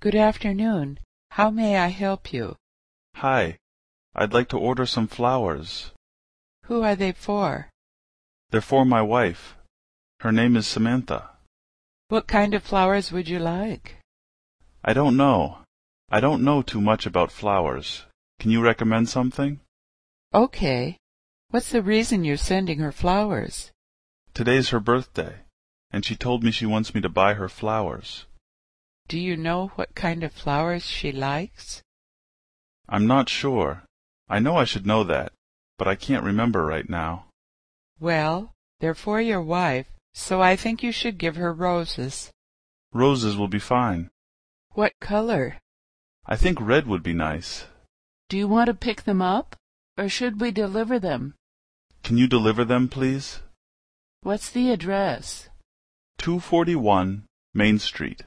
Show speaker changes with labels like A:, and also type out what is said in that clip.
A: Good afternoon. How may I help you?
B: Hi. I'd like to order some flowers.
A: Who are they for?
B: They're for my wife. Her name is Samantha.
A: What kind of flowers would you like?
B: I don't know. I don't know too much about flowers. Can you recommend something?
A: Okay. What's the reason you're sending her flowers?
B: Today's her birthday, and she told me she wants me to buy her flowers.
A: Do you know what kind of flowers she likes?
B: I'm not sure. I know I should know that, but I can't remember right now.
A: Well, they're for your wife, so I think you should give her roses.
B: Roses will be fine.
A: What color?
B: I think red would be nice.
C: Do you want to pick them up? Or should we deliver them?
B: Can you deliver them, please?
C: What's the address?
B: 241 Main Street,